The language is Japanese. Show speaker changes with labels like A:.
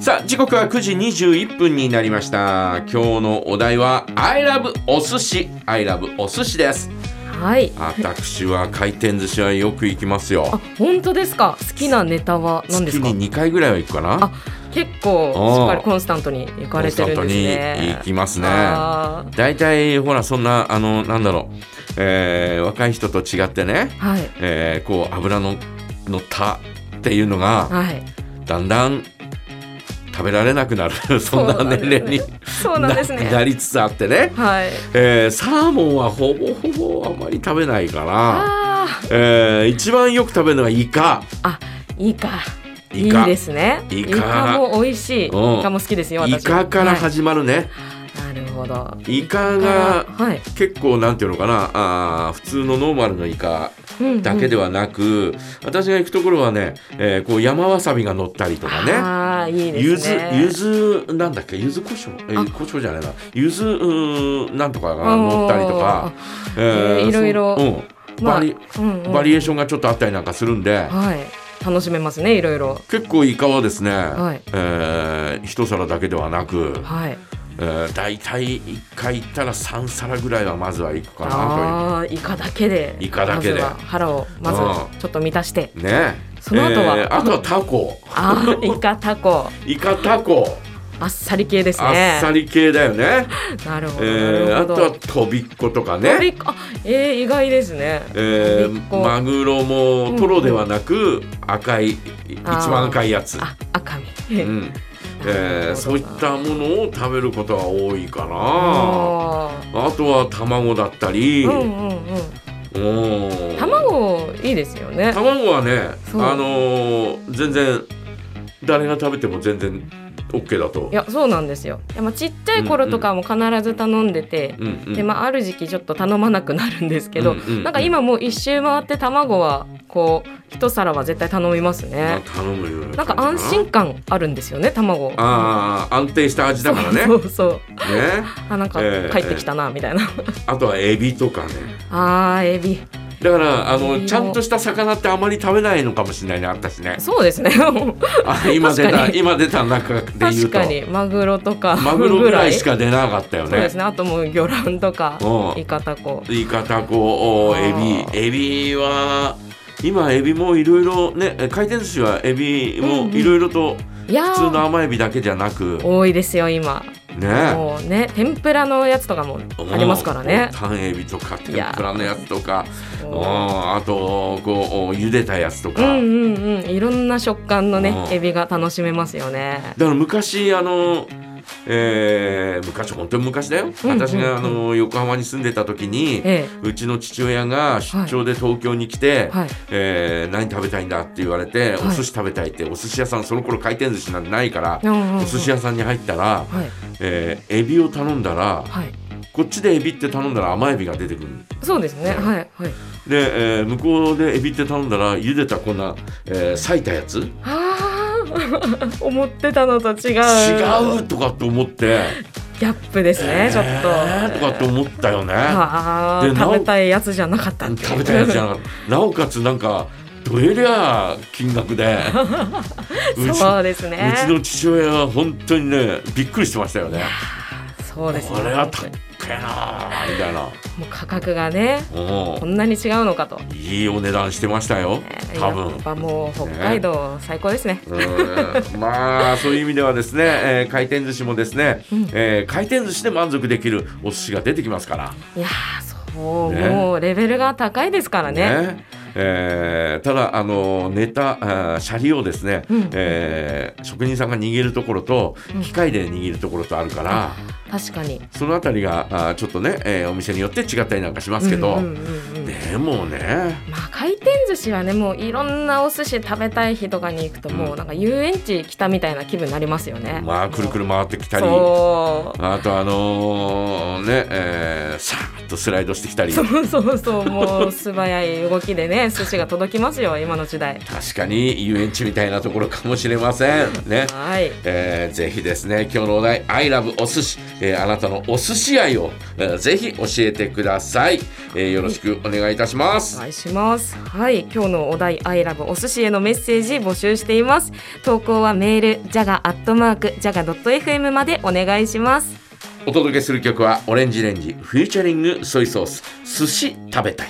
A: さあ時刻は9時21分になりました今日のお題は I love お寿司 I love お寿司です
B: はい。
A: 私は回転寿司はよく行きますよ
B: あ、本当ですか。好きなネタは何で
A: 月
B: すか。
A: に2回ぐらいは行くかな
B: あ結構
A: あー
B: しっかりコンスタントに行かれてるんですね。
A: コンスタントに行きますね
B: あ
A: 大体ほらそんなあのなんだろう、えー若い人と違ってね、
B: ーはい
A: えーこう油の乗ったっていうのが
B: はい。
A: だんだん食べられなくなるそんな
B: そうなんです
A: 年
B: ね
A: 齢に
B: そうなんですね。
A: なりつつあってね、
B: はい。
A: えーサーモンはほぼほぼあまり食べないから、
B: あ
A: えー一番よく食べるのはイカ。
B: ーいいか。い
A: イ
B: い
A: カ
B: ですね。
A: イカ
B: も美味しい。イ
A: うん
B: カも好きですよ。私
A: イカから始まるね、
B: はいなるほど。
A: イカが
B: はい。
A: 結構なんていうのかなあー普通のノーマルのイカ
B: うんうん
A: だけではなく、私が行くところはね、えーこう山わさびが乗ったりとかね。
B: あーいい
A: ゆ
B: です
A: ず
B: ね。
A: ゆずなんだっけゆず胡椒えー
B: あ
A: 胡椒じゃないなゆずうーんなんとかが乗ったりとか、え
B: えーいろいろ
A: そううん
B: まあ
A: バリ
B: おー。うんうん
A: バリエーションがちょっとあったりなんかするんで、
B: はい。楽しめますね。いろいろ。
A: 結構イカはですね、
B: はい
A: えー一皿だけではなく、
B: はい。
A: えー、大体一回行ったら三皿ぐらいはまずは行くかなと
B: ああーイカだけで
A: イカだけで
B: まずは腹をま
A: う
B: ずちょっと満たして
A: いうね
B: その後は
A: えーあとはタコ
B: あーイカタコ
A: イカタコ
B: あっさり系です
A: あ
B: ね
A: っさり系だよね、
B: なるほ
A: え
B: ど、
A: ー、
B: な
A: あ
B: る
A: と
B: ほど
A: はとびっことか
B: ト
A: ね、
B: ビッコあえー、意外ですね
A: えー
B: とびっこ
A: マグロもトロではなく赤い、一番赤いやつ、
B: あ赤
A: う
B: 身、
A: んえー、そういったものを食べることが多いかな
B: あー
A: あとは卵だったり、
B: うんうんうん
A: うん
B: 卵いいですよね
A: 卵はね
B: そう
A: あのー全然誰が食べても全然 OK だと
B: いやそうなんですよいや、まあ、ちっちゃい頃とかも必ず頼んでて、
A: うんうん
B: でまあ、ある時期ちょっと頼まなくなるんですけど、
A: うんうんうん
B: なんか今もう一周回って卵はこう一皿は絶対頼みます
A: まあ
B: ね、
A: 頼むよう
B: な
A: なん
B: か
A: 感
B: 安
A: じ
B: 心感あるんですよね卵
A: ああ安定した味だからね
B: そ
A: ね
B: うそうあなんか
A: ええ
B: 帰ってきたなみたいな、
A: あとはエビとかね
B: あーエビ
A: だからあ
B: エビ
A: の
B: も
A: ちゃんとした魚ってあまり食べないのかもしれないねあったしね
B: そうですね
A: あ今出
B: 確
A: た
B: かに
A: 今出た中で言
B: 確
A: うと
B: かにマグロとか
A: マグロぐらいし
B: ぐ
A: か出なかったよ
B: そうで
A: ね
B: すねあともう魚卵とか
A: うん
B: イカタコ
A: イカタコお
B: あ
A: エビ
B: ー
A: エビは今エビもいろいろねえ回転寿司はエビ
B: うん
A: も
B: うん
A: いろいろと
B: いや
A: 普通の
B: ー
A: 甘エビだけじゃなく
B: 多いですよ今、
A: ね
B: もうね天ぷらのやつとかもありますからね
A: うん単エビとか天
B: いやー
A: ぷらのやつとかうん
B: そ
A: あとこう茹でたやつと
B: うう
A: か、
B: んうんうんいろんな食感のね
A: うん
B: エビが楽しめますよね
A: だから昔あの、えー昔本当に昔だよ、
B: うんうん
A: 私があの横浜に住んでた時に、
B: え
A: うちの父親が出張で東京に来て、
B: えはい
A: えー何食べたいんだって言われて、
B: はい
A: お寿司食べたいってお寿司屋さんその頃回転寿司なんてないから、
B: うんうんう
A: お
B: ん
A: 寿司屋さんに入ったら、
B: はい
A: えーエビを頼んだら
B: はい
A: こっちでエビって頼んだら甘エビが出てくる
B: そうですねはいはい
A: で、えー向こうでエビって頼んだら茹でたこんな、えー裂いたやつ違
B: あー 思ってたのと違う
A: うとかって思って
B: ギャップですね、ちょっと。
A: えーとかって思ったよね
B: あー
A: でなお
B: 食べたいやつじゃなかったっていう
A: 食べたやつじ ゃなかったなおかつなんかどえりゃ金額 でうち
B: そうですね。
A: うちの父親は本当にねびっくりしてましたよね
B: そうですね。
A: これは高えなみたいな
B: もう価格がね、こ
A: うん
B: なに違うのかと。
A: いいお値段してましたよ
B: ね
A: 多
B: や
A: 分
B: っ。ぱもう北海道最高ですね。
A: うんまあそういう意味ではですね、えー回転寿司もですね、
B: うん
A: えー回転寿司で満足できるお寿司が出てきますから
B: いやー、そう、
A: ね
B: もうレベルが高いですからね。
A: えーただあのネタあーシャリをですね、
B: うん
A: えー職人さんが握るところと
B: うん
A: 機械で握るところとあるから、
B: 確かに。
A: そのあたりがあーちょっとね、えーお店によって違ったりなんかしますけど、
B: うんうんうんうん
A: でもね
B: まあ、回転寿司はねもういろんなお寿司食べたい日とかに行くともうなんか遊園地来たみたいな気分になりますよね。
A: まあくるくる回ってきたり
B: そう
A: あとあのーね、えーさーっとスライドしてきたり
B: そ
A: 確
B: うそうそうもう素早い動きで ね寿司が届きますよ今の時代
A: かに遊園地みたいなところかもしれませんね。
B: はい
A: えーぜひですね今日のお題「I love お寿司、えーあなたのお寿司愛を、えーぜひ教えてください、えーよろしくお願願いいたします
B: お願いしますはい今日のお題アイラブお寿司へのメッセージ募集しています投稿はメールジャガアットマークジャガ .fm までお願いします
A: お届けする曲はオレンジレンジフューチャリングソイソース寿司食べたい